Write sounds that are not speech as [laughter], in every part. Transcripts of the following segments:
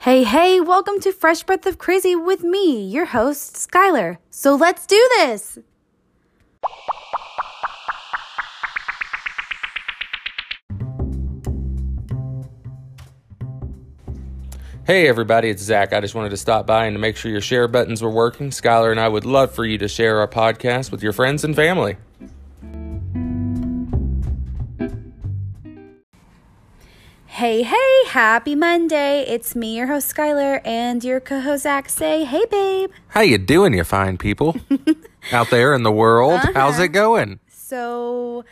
Hey, hey, welcome to Fresh Breath of Crazy with me, your host, Skylar. So let's do this! Hey everybody, it's Zach. I just wanted to stop by and to make sure your share buttons were working. Skylar and I would love for you to share our podcast with your friends and family. Hey, hey, happy Monday. It's me, your host, Skylar, and your co host, Zach. Say, hey, babe. How you doing, you fine [laughs] people out there in the world? Uh-huh. How's it going? So,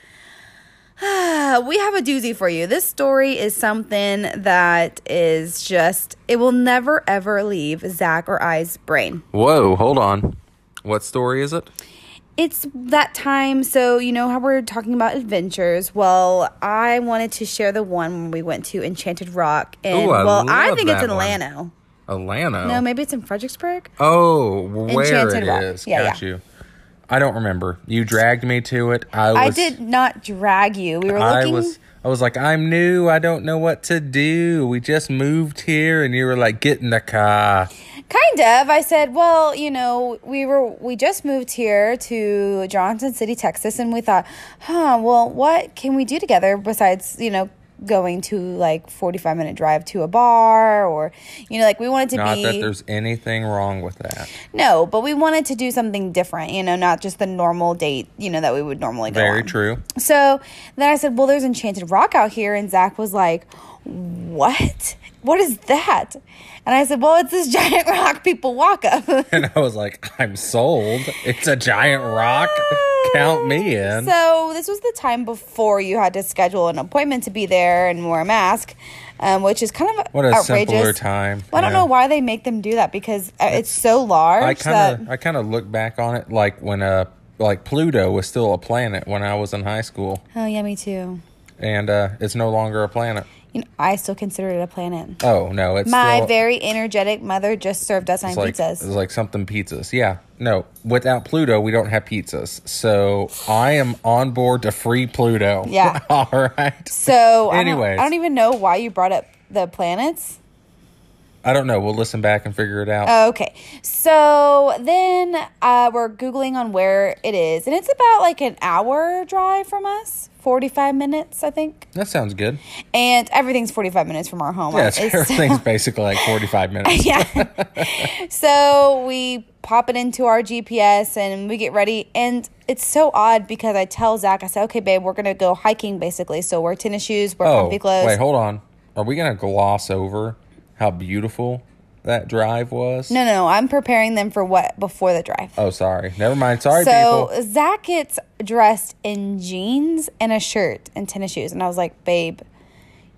[sighs] we have a doozy for you. This story is something that is just, it will never ever leave Zach or I's brain. Whoa, hold on. What story is it? It's that time, so you know how we're talking about adventures. Well, I wanted to share the one when we went to Enchanted Rock, and Ooh, I well, I love think it's that in one. Lano. Atlanta. No, maybe it's in Fredericksburg. oh, where it Enchanted is? Rock. Yeah, Got yeah. you. I don't remember. You dragged me to it. I was I did not drag you. We were I looking. was I was like, I'm new, I don't know what to do. We just moved here and you were like, get in the car. Kind of. I said, well, you know, we were we just moved here to Johnson City, Texas, and we thought, huh, well, what can we do together besides, you know, going to like forty five minute drive to a bar or, you know, like we wanted to Not be that there's anything wrong with that. [laughs] no, but we wanted to do something different, you know, not just the normal date, you know, that we would normally go. Very on. true. So then I said, Well, there's Enchanted Rock out here. And Zach was like, What? What is that? And I said, Well, it's this [laughs] giant rock people walk up. And I was like, I'm sold. It's a [laughs] giant rock. [laughs] Count me in. So this was the time before you had to schedule an appointment to be there and wear a mask, um, which is kind of What a outrageous. simpler time. Well, I don't Yeah. know why they make them do that because uh, it's so large I that kind of I kind of look back on it like when uh like Pluto was still a planet when I was in high school oh yeah, me too. and uh it's no longer a planet. You know, I still consider it a planet. Oh, no, it's My still very energetic mother just served us on It's like, pizzas. It's like something pizzas. Yeah. No, without Pluto, we don't have pizzas. So I am on board to free Pluto. Yeah. [laughs] All right. so I, Anyways. don't, I don't even know why you brought up the planets. I don't know. We'll listen back and figure it out. Okay. So then uh, we're Googling on where it is, and it's about like an hour drive from us, 45 minutes, I think. that sounds good. And everything's 45 minutes from our home. Yeah, [laughs] it's, It's- [laughs] everything's basically like [laughs] 45 minutes. yeah. so we pop it into our GPS and we get ready. And it's so odd because I tell Zach, I said, okay, babe, we're going to go hiking basically. So wear tennis shoes, wear Oh, comfy clothes. wait, hold on. Are we going to gloss over how beautiful that drive was? no, no, no. I'm preparing them for what before the drive. Oh, sorry. Never mind. Sorry, so people. Zach gets dressed in jeans and a shirt and tennis shoes, and I was like, babe.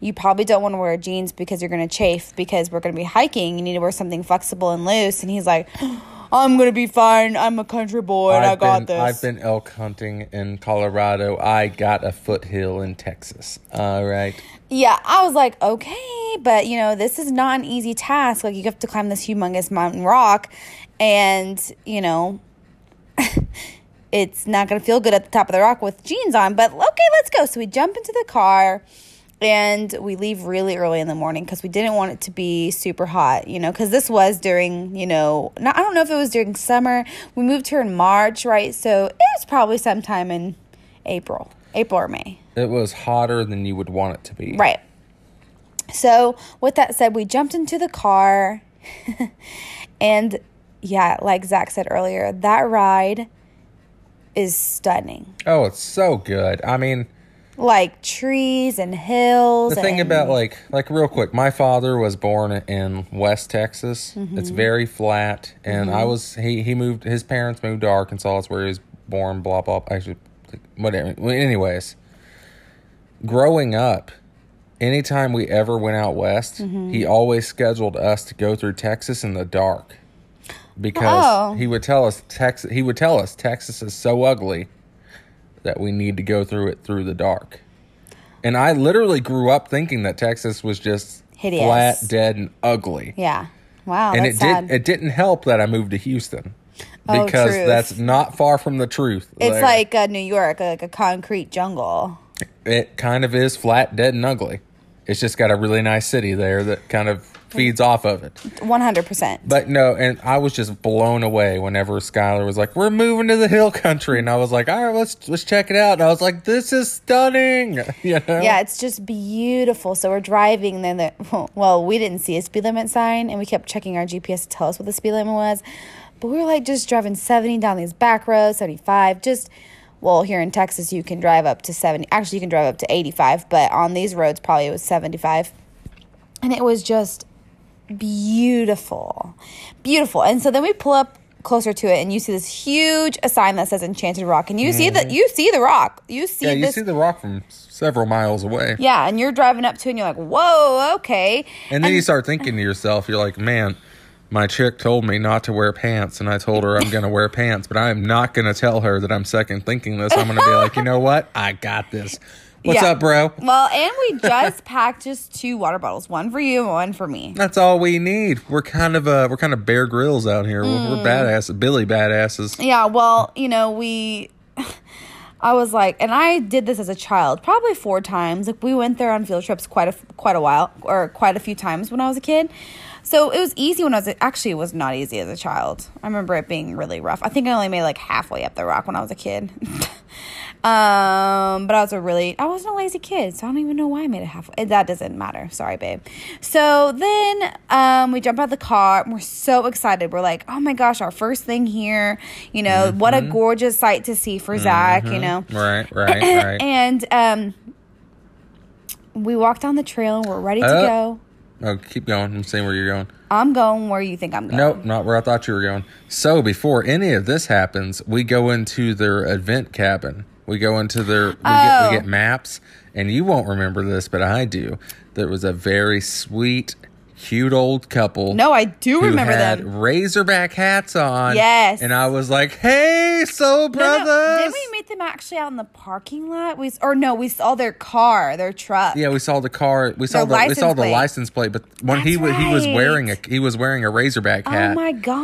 You probably don't want to wear jeans because you're going to chafe because we're going to be hiking. You need to wear something flexible and loose. And he's like, I'm going to be fine. I'm a country boy and i I've got been, this. I've been elk hunting in Colorado. I got a foothill in Texas. All right. Yeah, I was like, okay, but you know, this is not an easy task. Like, you have to climb this humongous mountain rock, and you know, [laughs] it's not gonna feel good at the top of the rock with jeans on. But okay, let's go. So we jump into the car, and we leave really early in the morning because we didn't want it to be super hot. You know, because this was during you know, not, I don't know if it was during summer. We moved here in March, right? So it was probably sometime in April, April or May. It was hotter than you would want it to be. Right. So, with that said, we jumped into the car. [laughs] and yeah, like Zach said earlier, that ride is stunning. Oh, it's so good. I mean, Like trees and hills. the thing and- about like like real quick, my father was born in West Texas. It's very flat, and I was he he moved his parents moved to Arkansas. That's where he was born. Blah blah. Actually, whatever. Well, Anyways, growing up, anytime we ever went out west, he always scheduled us to go through Texas in the dark because Oh. he would tell us Texas. He would tell us Texas is so ugly that we need to go through it through the dark. And I literally grew up thinking that Texas was just Hideous. flat, dead, and ugly. Yeah. Wow. and that's it sad. did it didn't help that I moved to Houston Oh, because truth. that's not far from the truth. it's there. like uh, New York, like a concrete jungle. it kind of is flat, dead, and ugly. It's just got a really nice city there that kind of feeds off of it. 100%. But no, and I was just blown away whenever Skylar was like, "We're moving to the hill country," and I was like, "All right, let's let's check it out." And I was like, "This is stunning," [laughs] you know? Yeah, it's just beautiful. So we're driving, then the [laughs] well, we didn't see a speed limit sign, and we kept checking our GPS to tell us what the speed limit was. But we were like just driving seventy down these back roads, seventy-five. Just well, here in Texas, you can drive up to seventy. Actually, you can drive up to eighty-five, but on these roads, probably it was seventy-five, and it was just beautiful, beautiful. And so then we pull up closer to it, and you see this huge a sign that says Enchanted Rock, and you see the you see the rock, you see Mm-hmm. Yeah, you this see the rock from several miles away. yeah, and you're driving up to it and you're like, whoa, okay. And then you start thinking to yourself, you're like, man, my chick told me not to wear pants, and I told her I'm going to wear pants, but I'm not going to tell her that I'm second thinking this. I'm going to be like, you know what? I got this. What's Yeah. up, bro? Well, and we just [laughs] packed just two water bottles, one for you and one for me. That's all we need. We're kind of uh, we're kind of bear grills out here. We're, we're badass, Billy badasses. Yeah, well, you know, we [sighs] I was like, and I did this as a child, probably four times. Like we went there on field trips quite a quite a while, or quite a few times when I was a kid. So it was easy when I was actually it was not easy as a child. I remember it being really rough. I think I only made like halfway up the rock when I was a kid. [laughs] um, but I was a really I wasn't a lazy kid, so I don't even know why I made it halfway. That doesn't matter. Sorry, babe. So then um, we jump out of the car and we're so excited. We're like, oh my gosh, our first thing here. You know what Mm-hmm. a gorgeous sight to see for Zach. You know. Right, right, Mm-hmm. right. And um, we walk down the trail and we're ready to Uh. go. oh, keep going. I'm seeing where you're going. I'm going where you think I'm going. Nope, not where I thought you were going. So before any of this happens, we go into their event cabin. We go into their we, get, Oh. we get maps, and you won't remember this, but I do. There was a very sweet, cute old couple. No, I do who remember had them. Razorback hats on. Yes. and I was like, "Hey, soul No, brothers." no, did we meet them actually out in the parking lot? We s- or no, we saw their car, their truck. Yeah, we saw the car. We saw The the, we saw license the plate. license plate, but when he That's wa- he was right. wearing a he was wearing a Razorback hat. Oh my gosh.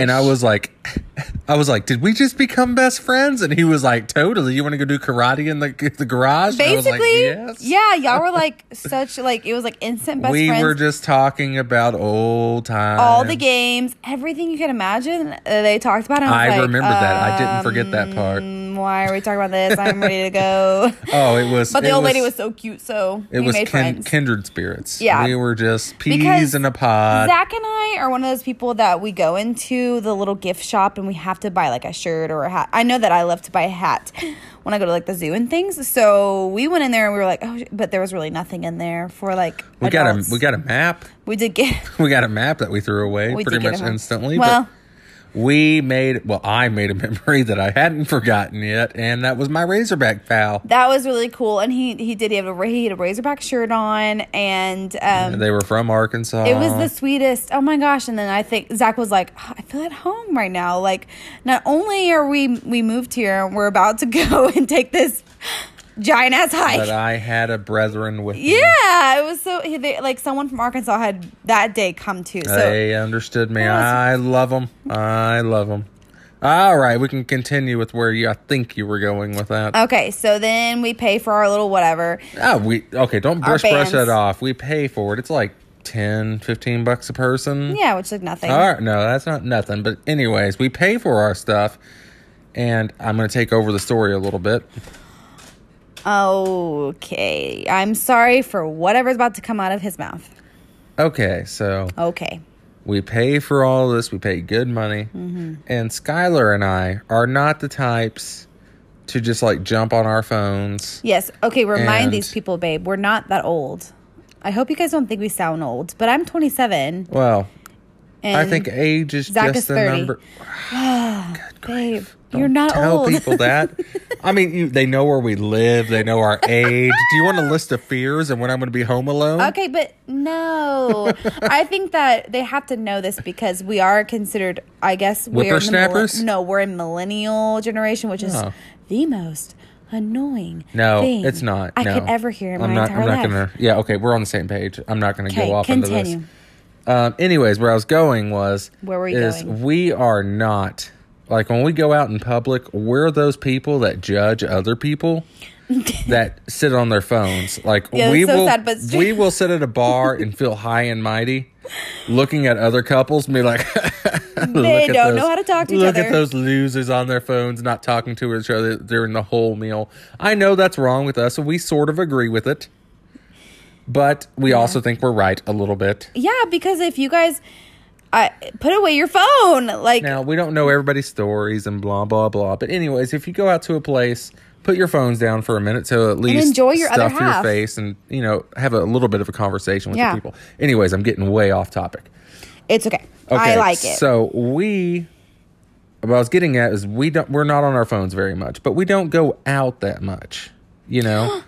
and I was like, [laughs] I was like, did we just become best friends? And he was like, totally. You want to go do karate in the the garage? And I was like, basically yes. yeah, y'all were [laughs] like such like it was like instant best we friends. were just talking about old times. all the games, everything you can imagine, uh, they talked about. And I, I was like, remember that. I didn't forget that part. um, Why are we talking about this? I'm ready to go. [laughs] Oh, it was. But the it old lady was so cute, so It we was made kin- friends. kindred spirits. Yeah. we were just peas Because in a pod. Zach and I are one of those people that we go into the little gift shop and we have to buy like a shirt or a hat. I know that I love to buy a hat [laughs] when I go to like the zoo and things. So we went in there and we were like, oh, sh- but there was really nothing in there for like. we got a adults. we got a map. [laughs] We did get. [laughs] We got a map that we threw away We pretty did get much a map. instantly. but- Well, We made well, I made a [laughs] memory that I hadn't forgotten yet, and that was my Razorback pal. that was really cool, and he he did he had a ra- he had a Razorback shirt on, and um, They were from Arkansas. It was the sweetest. Oh my gosh! And then I think Zach was like, "Oh, "I feel at home right now. Like, not only are we we moved here, we're about to [laughs] go and take this giant ass that hike." I had a brethren with me. yeah, it was so he- they, like someone from Arkansas had that day come too. So They understood me. That was- I love them. I love them. All right, we can continue with where you. I think you were going with that. okay, so then we pay for our little whatever. oh, we okay. Don't brush brush bands. that off. We pay for it. It's like 10, 15 bucks a person. Yeah, which is like nothing. All right, no, that's not nothing. But anyways, we pay for our stuff, and I'm going to take over the story a little bit. Okay, I'm sorry for whatever's about to come out of his mouth. Okay, so Okay, we pay for all this. We pay good money. Mm-hmm. And Skylar and I are not the types to just like jump on our phones. yes. Okay, remind And- these people, babe, we're not that old. I hope you guys don't think we sound old, but I'm 27. Well, And I think age is Zach just is the 30. number. babe, you're not Tell old. [laughs] people that. I mean, you, they know where we live. They know our age. Do you want a list of fears and when I'm going to be home alone? okay, but [laughs] no, I think that they have to know this because we are considered, I guess, we're in the millen- Whippersnappers? no, we're in millennial generation, which is Oh. the most annoying. No, thing it's not. I no. could ever hear in I'm my not, entire I'm not life. Gonna, yeah, okay, we're on the same page. I'm not going to Okay, go off into continue. this. Um, anyways, where I was going was Where were you is going? we [laughs] are not like when we go out in public, we're those people that judge other people. that sit on their phones. Like Yeah, we that's so will, sad, but it's true. [laughs] we will sit at a bar and feel high and mighty, looking at other couples and be like, [laughs] They at don't know how to talk to each look at other." those losers on their phones, not talking to each other during the whole meal. I know that's wrong with us, and we sort of agree with it, but we also think we're right a little bit. Yeah, because if you guys I put away your phone, like Now we don't know everybody's stories and blah blah blah. But anyways, if you go out to a place, put your phones down for a minute to at least enjoy your other stuff your half. face and you know have a little bit of a conversation with Yeah. the people. Anyways, I'm getting way off topic. it's okay. I like it. So we, what I was getting at is we don't we're not on our phones very much, but we don't go out that much. [gasps] You know,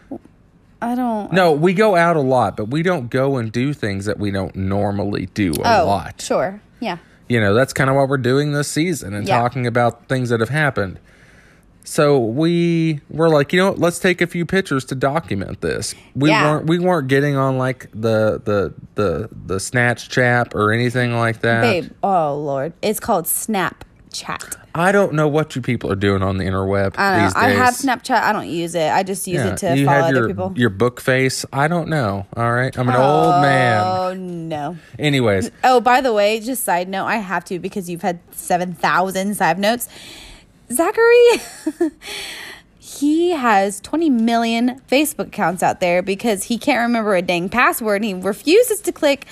I don't no, we go out a lot, but we don't go and do things that we don't normally do a oh, lot Sure. Yeah. you know that's kind of what we're doing this season and Yeah. talking about things that have happened so we were like you know what, let's take a few pictures to document this we Yeah. weren't we weren't getting on like the the the the snatch chap or anything like that Babe. Oh Lord. It's called Snapchat. i don't know what you people are doing on the interweb I don't know. these days I have Snapchat. I don't use it. I just use Yeah, it to you follow have your, other people. your book face i don't know all right i'm an old man Oh no. anyways Oh, by the way, just side note, I have to because you've had 7,000 side notes. Zachary, [laughs] he has 20 million Facebook accounts out there because he can't remember a dang password. And he refuses to click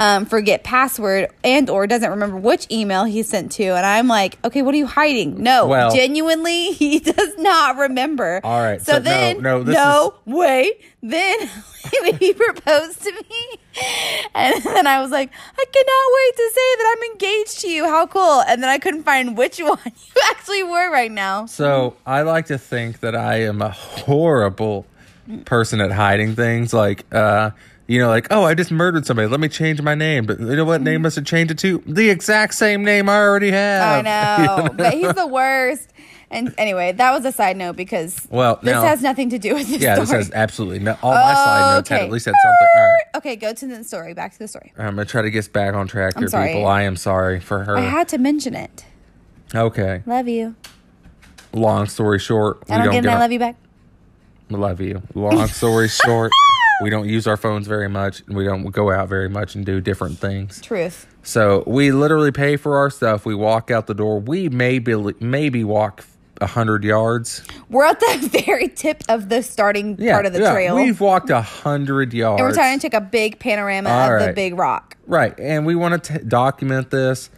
um, forget password and or doesn't remember which email he sent to. And I'm like, okay, what are you hiding? No, Well- genuinely, [laughs] he does not remember. All right, So, so no, then, no, this way. Then [laughs] he proposed to me. And then I was like, I cannot wait to say that I'm engaged to you. How cool. And then I couldn't find which [laughs] one you actually were right now. So I like to think that I am a horrible person at hiding things. Like, uh, you know, like, oh, I just murdered somebody. Let me change my name. But you know what name must have changed it to? The exact same name I already Mm-hmm. [laughs] I have. know. But he's the worst. And anyway, that was a side note because Well, this now- has nothing to do with this Yeah, story. this has absolutely no. All my slide notes had Oh, Okay. at least had something. All right. okay, go to the story. Back to the story. I'm going to try to get back on track here, sorry. people. I am sorry for her. I had to mention it. okay. Love you. Long story short, I don't, get my on- love you back. We love you. Long [laughs] story short, we don't use our phones very much and we don't go out very much and do different things. Truth. So we literally pay for our stuff. We walk out the door. We maybe maybe walk a hundred yards. We're at the [laughs] very tip of the starting part of the trail. We've walked a hundred yards. And we're trying to take a big panorama All of the right. big rock. right, and we want to document this.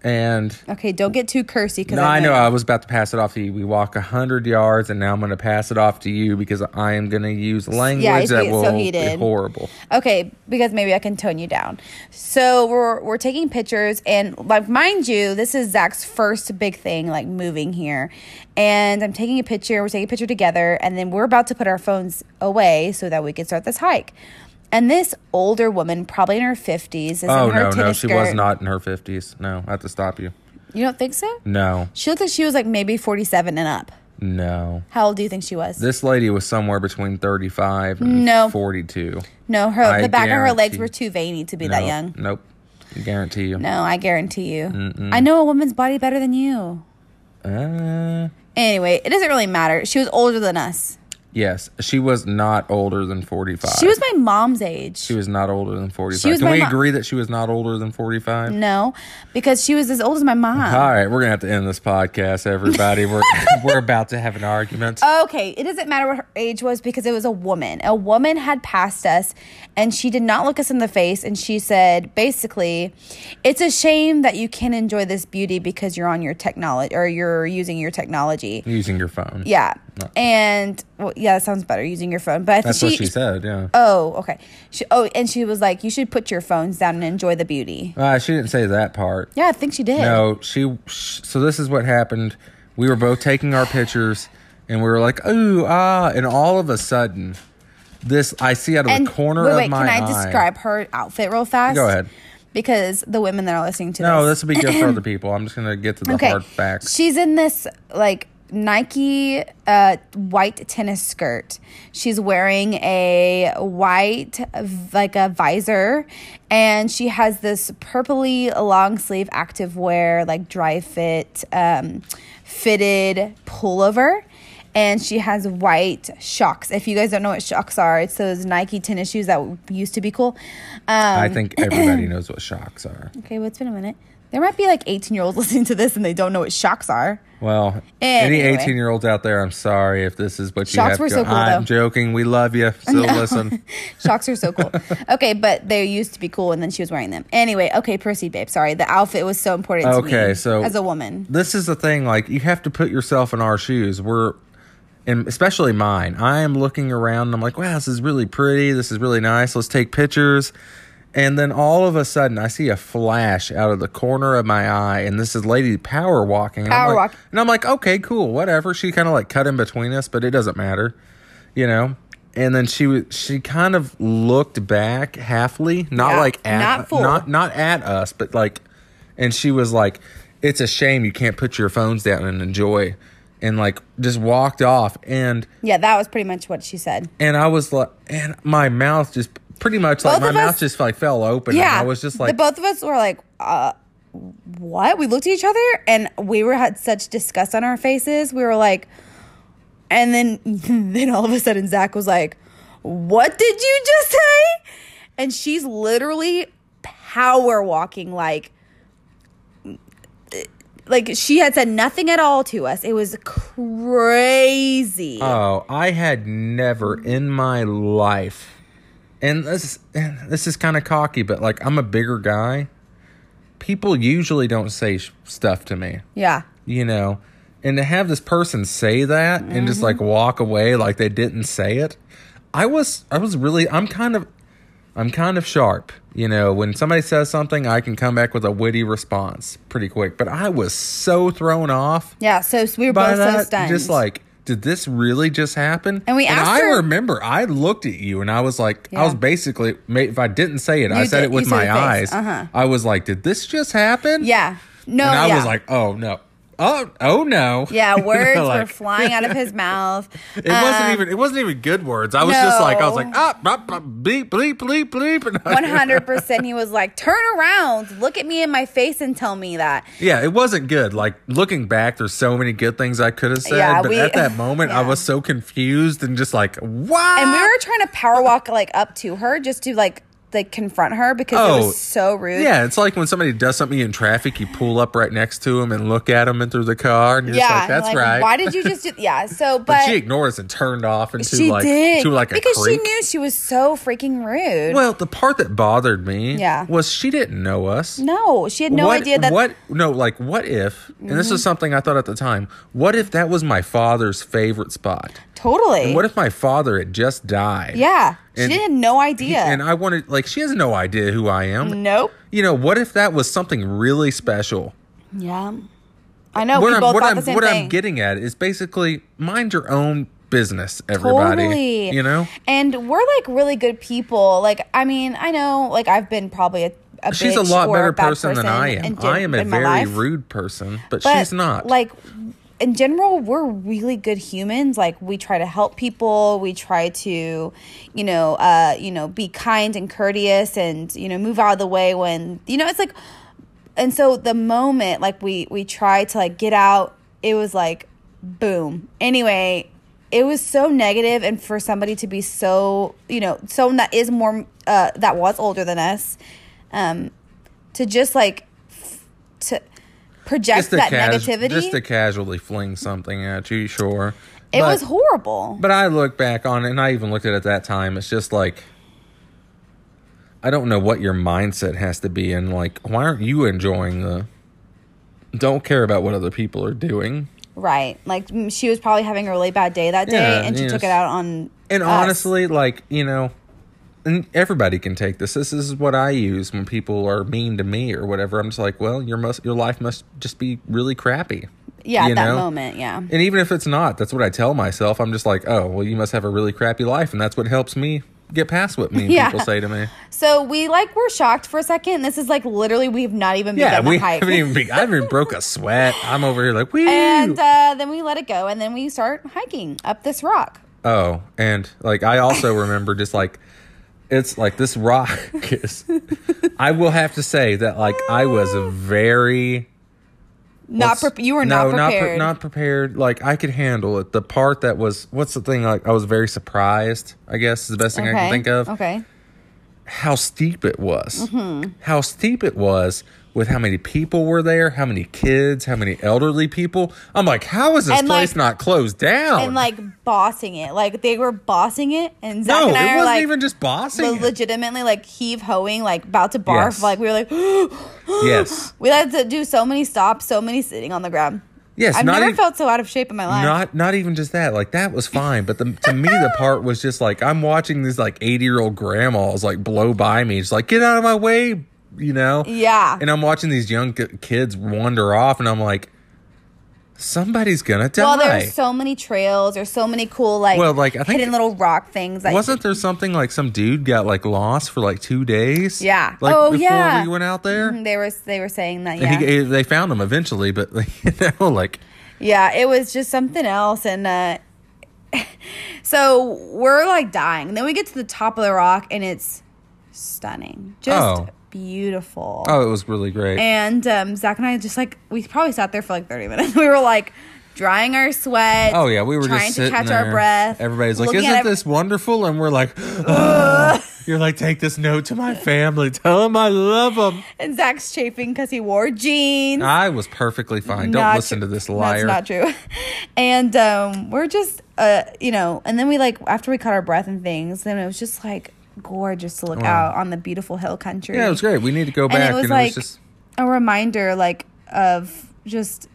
And Okay, don't get too cursy because no, I know I was about to pass it off to you. We walk a hundred yards, and now I'm going to pass it off to you because I am going to use language that he- so will he be did. horrible. Okay, because maybe I can tone you down. So we're we're taking pictures, and like mind you, this is Zach's first big thing, like moving here. And I'm taking a picture. We're taking a picture together, and then we're about to put our phones away so that we can start this hike. And this older woman, probably in her fifties, is Oh in her no, tennis no, she skirt. was not in her fifties. No, I have to stop you. You don't think so? No, She looked like she was like maybe forty-seven and up. no. How old do you think she was? This lady was somewhere between thirty-five and No. forty-two. No, her I the back of her legs guarantee- were too veiny to be No, that young. Nope. Guarantee you. No, I guarantee you. I know a woman's body better than you. Uh, Anyway, it doesn't really matter. She was older than us. yes, she was not older than 45. She was my mom's age. She was not older than 45. She was Can my we mo- agree that she was not older than 45? no, because she was as old as my mom. All right, we're going to have to end this podcast, [laughs] everybody. We're we're about to have an argument. Okay, it doesn't matter what her age was because it was a woman. A woman had passed us and she did not look us in the face and she said basically, it's a shame that you can't enjoy this beauty because you're on your technology or you're using your technology. Using your phone. Yeah. And well, yeah, that sounds better using your phone. But I think That's what she she said, yeah. Oh, okay. She, oh, and she was like, "You should put your phones down and enjoy the beauty." Uh, she didn't say that part. Yeah, I think she did. No, she. sh- So this is what happened. We were both taking our pictures, and we were like, "Ooh, ah!" And all of a sudden, this I see out of and the corner wait, of wait, my can I eye. describe her outfit real fast? Go ahead. Because the women that are listening to No, this, this will be good [clears throat] for other people. I'm just gonna get to the okay, hard facts. she's in this like Nike uh, white tennis skirt. She's wearing a white v- like a visor, and she has this purpley long sleeve activewear like dry fit um, fitted pullover. and she has white shocks. If you guys don't know what shocks are, it's those Nike tennis shoes that used to be cool. Um, I think [clears throat] everybody knows what shocks are. okay, well, it's been a minute. There might be like 18 year olds [laughs] listening to this and they don't know what shocks are. Well, Anyway. any 18 year olds out there, I'm sorry if this is what you Shocks have were to so cool, I'm though. joking. We love you. Still [laughs] listen. Shocks are so cool. Okay, but they used to be cool, and then she was wearing them. Anyway, okay, Percy, babe. Sorry, the outfit was so important. to me Okay, so- as a woman, This is the thing. Like, you have to put yourself in our shoes. We're, and especially mine, I am looking around and I'm like, wow, this is really pretty. This is really nice. Let's take pictures. And then all of a sudden, I see a flash out of the corner of my eye, and this is Lady Power walking. And I'm Power like, walk. And I'm like, okay, cool, whatever. She kind of like cut in between us, but it doesn't matter, you know. And then she was she kind of looked back halfly, not Yeah, like at not full. not not at us, but like, and she was like, "It's a shame you can't put your phones down and enjoy," and like just walked off. And yeah, that was pretty much what she said. and I was like, and my mouth just pretty much like Both my of mouth us- just like fell open. and Yeah, I was just like, the both of us were like, uh, what? We looked at each other, and we were had such disgust on our faces. We were like, and then [laughs] then all of a sudden, Zach was like, "What did you just say?" And she's literally power walking like like she had said nothing at all to us. It was crazy. Oh, I had never in my life, and this this is kind of cocky, but like I'm a bigger guy. People usually don't say sh- stuff to me, yeah. you know, and to have this person say that and just like walk away like they didn't say it, I was I was really I'm kind of I'm kind of sharp, you know. When somebody says something, I can come back with a witty response pretty quick. But I was so thrown off Yeah, so we were by both that, so stunned. just like, did this really just happen? And we asked I her- remember I looked at you and I was like, I was Yeah. basically, ma- if I didn't say it, I You said did- it with you said my it eyes. face. Uh-huh. I was like, did this just happen? Yeah. No, And I yeah. was like, oh no, oh oh no. Yeah, [laughs] You know, words were like, flying out of his mouth. [laughs] Um, It wasn't even. It wasn't even good words. I was just like, I was like, No. ah, ah, ah, bleep, bleep, bleep, bleep. [laughs] And I- One hundred percent. He was like, "Turn around, look at me in my face, and tell me that." Yeah, it wasn't good. Like looking back, there's so many good things I could have said, Yeah, but we- at that moment, I [laughs] yeah. was so confused and just like, what? And we were trying to power walk like up to her just to like like confront her because it Oh, was so rude. Yeah, it's like when somebody does something in traffic, you pull up right next to them and look at them and through the car, and you're Yeah, just like, "That's like, right." Why did you just do? [laughs] Yeah, so but, but she ignores and turned off into she like did to like a because creek. she knew she was so freaking rude. well, the part that bothered me, Yeah. was she didn't know us. no, she had no what, idea that Mm-hmm. what no like what if and this is something i thought at the time what if that was my father's favorite spot totally. what if my father had just died yeah, And- she had no idea. and i wanted like she has no idea who i am nope. you know what if that was something really special Yeah, I know. what we I'm, both what thought I'm, the same what thing. I'm getting at is basically mind your own business, everybody. Totally. You know, And we're like really good people. Like, I mean, I know, like, I've been probably a, a she's a bitch lot or better bad person, than I am. and did- I am a in my very life. rude person, but, But, she's not. Like, in general, we're really good humans. Like, we try to help people. We try to, you know, uh, you know, be kind and courteous, and you know, move out of the way when you know it's like. And so the moment like we we tried to like get out, it was like, boom. Anyway, it was so negative, and for somebody to be so you know someone that is more uh, that was older than us, um, to just like f- to project just to that cas- negativity. just to casually fling something at you, sure. It but, was horrible. But I look back on it, and I even looked at it at that time. It's just like. I don't know what your mindset has to be in. Like, why aren't you enjoying the? Don't care about what other people are doing. Right. Like m- she was probably having a really bad day that day Yeah, and she yes. took it out on And us. honestly, like, you know, and everybody can take this. This is what I use when people are mean to me or whatever. I'm just like, well, your must your life must just be really crappy. Yeah, you at that know? moment, yeah. And even if it's not, that's what I tell myself. I'm just like, oh, well, you must have a really crappy life, and that's what helps me get past what [laughs] mean Yeah. people say to me. So we like were shocked for a second. This is like literally we've not even Yeah, begun we the hype. haven't even. Be- I haven't even broke a sweat. I'm over here like, woo. [laughs] and uh, then we let it go and then we start hiking up this rock. Oh, and like [laughs] I also remember just like it's like this rock is I will have to say that like I was very Ah. Not What's- pre- you were no, not prepared. Not, pre- not prepared. Like I could handle it. The part that was what's the thing? Like I was very surprised. I guess is the best thing I can think of. Okay. Oh. How steep it was. Mm-hmm. How steep it was with how many people were there, how many kids, how many elderly people. I'm like, how is this And, place like- not closed down? And like bossing it. Like they were bossing it and Zach no, and it I wasn't are like even just bossing. le- it. legitimately like heave hoeing, like about to barf. Yes. Like we were like [gasps] yes, [gasps] we had to do so many stops, so many sitting on the ground. yes. I've not never even- felt so out of shape in my life. Not not even just that. Like that was fine, but the, to [laughs] me the part was just like I'm watching these like 80 year old grandmas like blow by me. It's like get out of my way, you know. yeah. And I'm watching these young ki- kids wander off, and I'm like, somebody's gonna die. well, there's so many trails. There's so many cool like, Well, like, I think- hidden little rock things. Like, Wasn't there something like some dude got like lost for like two days? Yeah. Like Oh, before yeah. we went out there, Mhm, they were they were saying that. Yeah. and he, eh, they found him eventually, but [laughs] like, you know, like Yeah, it was just something else. And uh, [laughs] so we're like dying. Then we get to the top of the rock and it's stunning, just Oh. beautiful. oh, it was really great. And um, Zach and I just like, we probably sat there for like 30 minutes. [laughs] We were like drying our sweat. Oh yeah, we were trying just to sitting catch there. our breath. Everybody's like, looking "Isn't at every- this wonderful?" And we're like, [laughs] "Ugh." "You're like, take this note to my family. Tell them I love them." And Zach's chafing because he wore jeans. I was perfectly fine. Don't Not listen tru- to this liar. That's not true. [laughs] And um, we're just, uh, you know, and then we like after we caught our breath and things, then it was just like gorgeous to look out on the beautiful hill country. yeah, it was great. We need to go And back. it was and like it was just a reminder, like of just,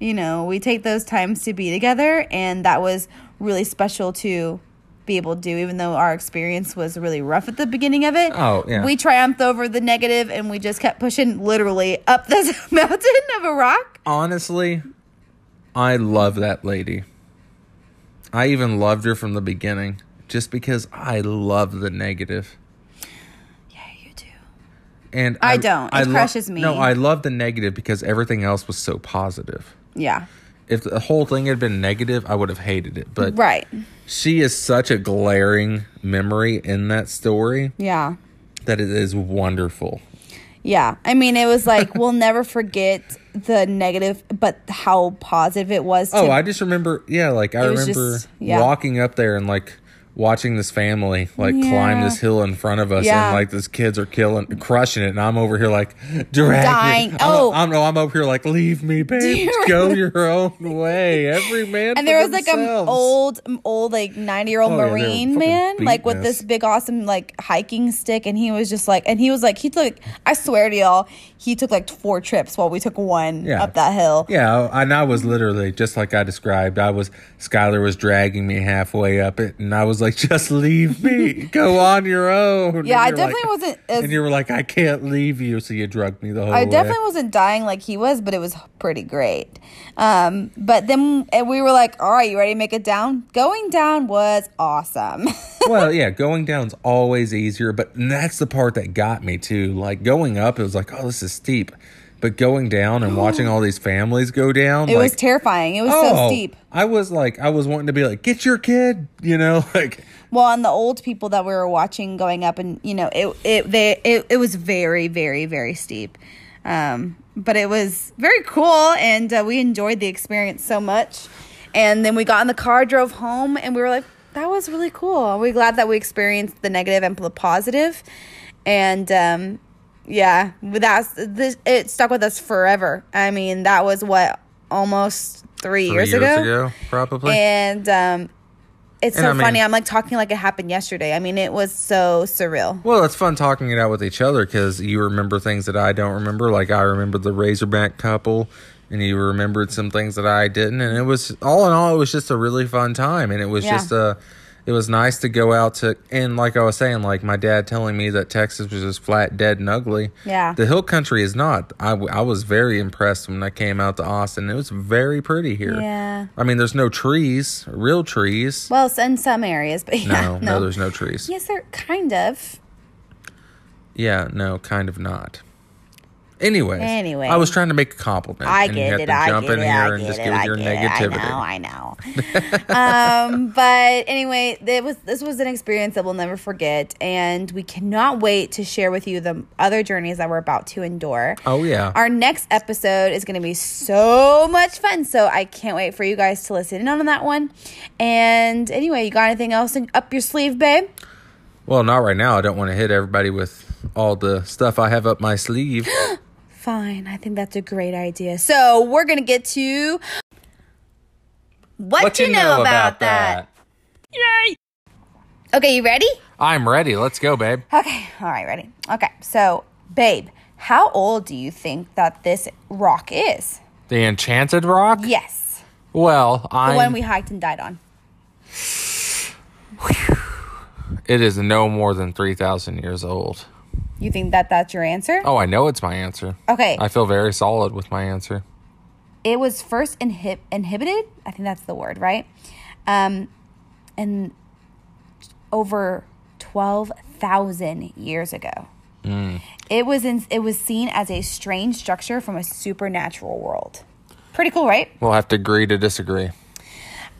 you know, we take those times to be together, and that was really special to be able to do even though our experience was really rough at the beginning of it Oh, yeah. we triumphed over the negative and we just kept pushing literally up this [laughs] mountain of a rock honestly, I love that lady. I even loved her from the beginning, just because I love the negative. yeah you do And I don't. It crushes me. No, I love the negative because everything else was so positive. Yeah. If the whole thing had been negative, I would have hated it. But Right. she is such a glaring memory in that story Yeah. that it is wonderful. Yeah. I mean, it was like we'll never forget the negative, but how positive it was. To, Oh, I just remember, yeah, like I It was remember just- yeah. walking up there and like watching this family like climb Yeah. this hill in front of us, Yeah. and like these kids are killing, crushing it, and I'm over here like dragging. Dying. I'm, Oh. I'm no, I'm over here like leave [laughs] me, babe, you go your own way, every man. and for there was like an themselves." old, an old like ninety year old Oh, yeah, they were marine fucking man, like with beating this us. big awesome like hiking stick, and he was just like, and he was like, he took, I swear to y'all, he took like four trips while we took one Yeah. up that hill. Yeah, I- and I was literally just like I described. I was Skylar was dragging me halfway up it, and I was like, "Just leave [laughs] me, go on your own." Yeah, I And you were definitely like- wasn't as And you were like, "I can't leave you," so you drugged me the whole I way. definitely wasn't dying like he was, but it was pretty great. Um, but then and we were like, all right, you ready to make it down? Going down was awesome. [laughs] well, yeah, going down's always easier, but and that's the part that got me too. Like going up, it was like, "Oh, this is steep," but going down [gasps] and watching all these families go down, it like, was terrifying. It was so oh, steep. I was like, I was wanting to be like, "Get your kid," you know, [laughs] like. Well, and the old people that we were watching going up, and you know, it it they it, it was very very very steep. Um, but it was very cool, and uh, we enjoyed the experience so much. And then we got in the car, drove home, and we were like, "That was really cool." Are we glad that we experienced the negative and the positive? And um, yeah, that's this. It stuck with us forever. I mean, that was what almost three, years, ago. probably. And um, it's And so I mean- funny. I'm like talking like it happened yesterday. I mean, it was so surreal. Well, it's fun talking it out with each other because you remember things that I don't remember. Like I remember the Razorback couple, and you remembered some things that I didn't. And it was all in all, it was just a really fun time, and it was Yeah. just a. It was nice to go out to, and like I was saying, like my dad telling me that Texas was just flat, dead, and ugly. Yeah. The hill country is not. I, w- I was very impressed when I came out to Austin. It was very pretty here. Yeah. I mean, there's no trees, real trees. Well, s- in some areas, but [laughs] yeah, no, no, there's no trees. yes, they're kind of. Yeah, no, kind of not. Anyways, Anyway. I was trying to make a compliment. I and you get had it. to I jump get in it. here I and get just it. give I your get negativity. It. I know. [laughs] I know. um, but anyway, it was this was an experience that we'll never forget, and we cannot wait to share with you the other journeys that we're about to endure. Oh yeah. Our next episode is going to be so much fun, so I can't wait for you guys to listen in on that one. And anyway, you got anything else in- up your sleeve, babe? well, not right now. I don't want to hit everybody with all the stuff I have up [gasps] my sleeve. Fine, I think that's a great idea. So we're gonna get to what, you know, about, that. Yay! Okay, you ready? I'm ready. Let's go, babe. Okay, all right, ready. Okay, so babe, how old do you think that this rock is? The Enchanted Rock. Yes, Well, the I. one we hiked and died on. It is no more than three thousand years old. You think that that's your answer? Oh, I know it's my answer. Okay, I feel very solid with my answer. it was first inhib- inhibited. I think that's the word, right? Um, and over twelve thousand years ago, it was in, it was seen as a strange structure from a supernatural world. Pretty cool, right? We'll have to agree to disagree.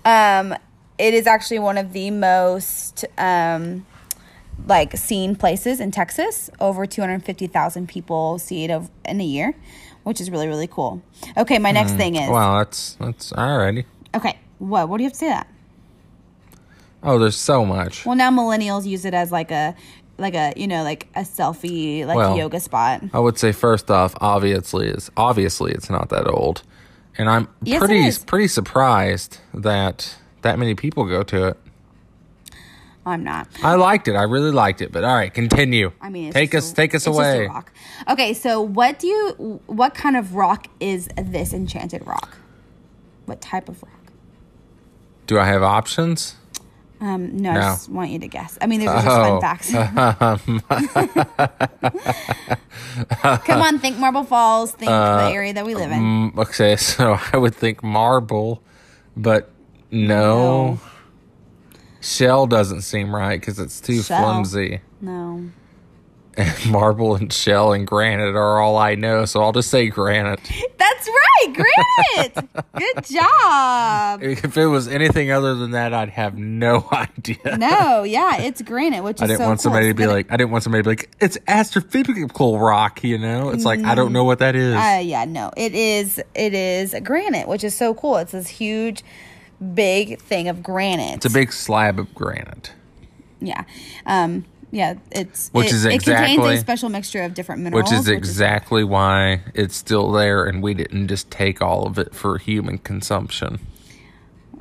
Um, it is actually one of the most um, like seen places in Texas. Over two hundred fifty thousand people see it of, in a year, which is really really cool. Okay, my next thing is Wow, that's that's alrighty. okay. What? What do you have to say to that? Oh, there's so much. Well, now millennials use it as like a like a you know like a selfie like Well- yoga spot. I would say first off, obviously is obviously it's not that old, and I'm Yes, it pretty is. pretty surprised that that many people go to it. I'm not. I liked it. I really liked it. But all right, continue. I mean, it's take just us a- take us it's just a away. rock. Okay, so what do you what kind of rock is this enchanted rock? What type of rock? Do I have options? Um, no, I No. just want you to guess. I mean, these are just fun Oh. [laughs] facts. Come on, think Marble Falls, think the Uh, area that we live in. Mm, okay, [laughs] so I would think marble, but no. No. Shell doesn't seem right because it's too Shell. flimsy. [laughs] No, Marble and shell and granite are all I know, so I'll just say granite. that's right, [laughs] granite. Good job. If it was anything other than that, I'd have no [laughs] idea. No, yeah, it's granite, which is [laughs] I didn't so want cool. somebody to It's be gonna- like, I didn't want somebody to be like, it's astrophysical rock, you know? It's like, I don't know what that is. Uh, yeah, no, it is. It is granite, which is so cool. It's this huge, big thing of granite. it's a big slab of granite. yeah, um, yeah. It's Which it, is it contains exactly- a special mixture of different minerals, Which is exactly why it's still there and we didn't just take all of it for human consumption.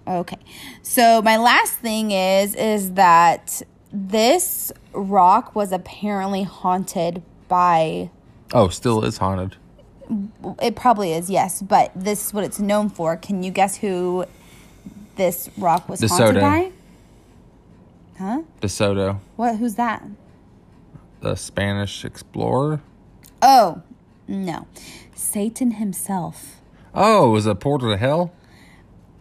okay. So my last thing is is that this rock was apparently haunted by Oh, still is haunted. it probably is yes but this is what it's known for can you guess who this rock was The haunted soda. by huh DeSoto, what who's that the Spanish explorer. Oh, no. Satan himself. Oh, it was a portal to hell?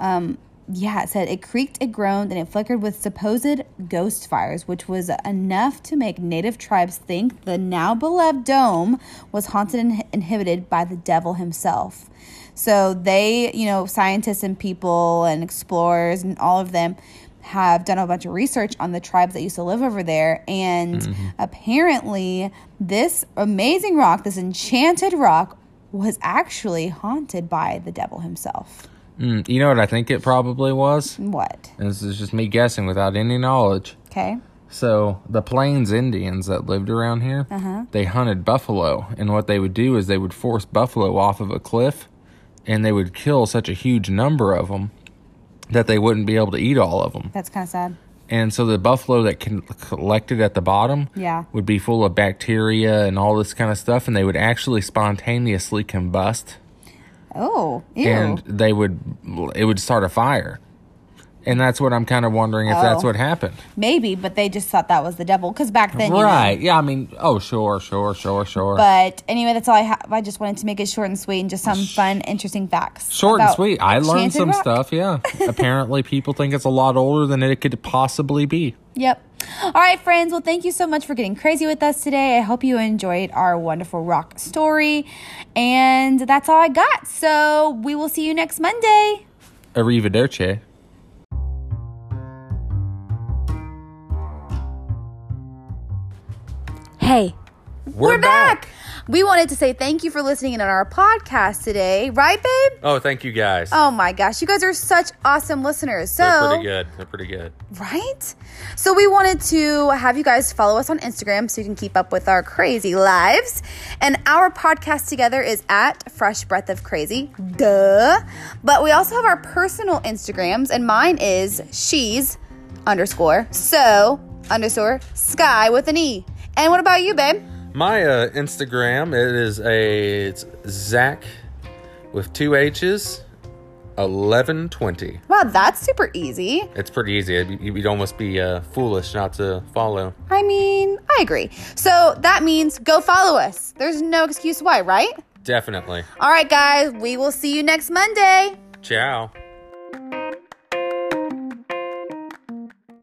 Yeah, it said it creaked, it groaned, and it flickered with supposed ghost fires, which was enough to make native tribes think the now beloved dome was haunted and inhibited by the devil himself. So they, you know, scientists and people and explorers and all of them have done a bunch of research on the tribes that used to live over there. And apparently, this amazing rock, this enchanted rock, was actually haunted by the devil himself. Mm, you know what I think it probably was? What? And this is just me guessing without any knowledge. Okay. So the Plains Indians that lived around here, Uh-huh. they hunted buffalo, and what they would do is they would force buffalo off of a cliff, and they would kill such a huge number of them that they wouldn't be able to eat all of them. That's kind of sad. And so the buffalo that con- collected at the bottom, Yeah. would be full of bacteria and all this kind of stuff, and they would actually spontaneously combust, Oh, ew. and they would it would start a fire. And that's what I'm kind of wondering if that's Oh. what happened. Maybe, but they just thought that was the devil because back then, you know. Right. Yeah, I mean, oh, sure, sure, sure, sure. But anyway, that's all I have. I just wanted to make it short and sweet and just some fun, interesting facts. Short and about sweet. I learned Enchanted [laughs] some Rock. stuff, yeah. Apparently people think it's a lot older than it could possibly be. Yep. All right, friends. Well, thank you so much for getting crazy with us today. I hope you enjoyed our wonderful rock story. And that's all I got. So we will see you next Monday. Arrivederci. Hey. We're, We wanted to say thank you for listening in on our podcast today, right, babe? Oh, thank you guys. Oh my gosh, you guys are such awesome listeners. So, They're pretty good. They're pretty good. right? So, we wanted to have you guys follow us on Instagram so you can keep up with our crazy lives. And our podcast together is at Fresh Breath of Crazy. Duh. But we also have our personal Instagrams, and mine is she's underscore so underscore sky with an E. And what about you, babe? My uh, Instagram it is a it's Zach with two H's, eleven twenty. Wow, that's super easy. It's pretty easy. It'd, be- you'd almost be uh, foolish not to follow. I mean, I agree. So that means go follow us. There's no excuse why, right? Definitely. All right, guys, we will see you next Monday. Ciao.